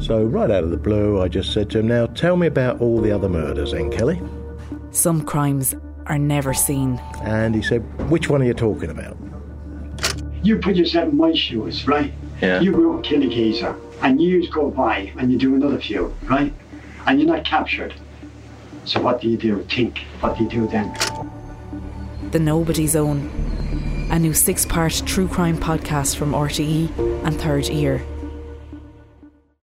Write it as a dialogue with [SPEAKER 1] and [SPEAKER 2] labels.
[SPEAKER 1] So, right out of the blue, I just said to him, Now tell me about all the other murders, then, Kelly.
[SPEAKER 2] Some crimes are never seen.
[SPEAKER 1] And he said, Which one are you talking about?
[SPEAKER 3] You put yourself in my shoes, right?
[SPEAKER 4] Yeah.
[SPEAKER 3] You go and kill a geezer, and years go by, and you do another few, right? And you're not captured. So what do you do? Think. What do you do then?
[SPEAKER 2] The Nobody's Own, a new six part true crime podcast from RTE E and Third Ear.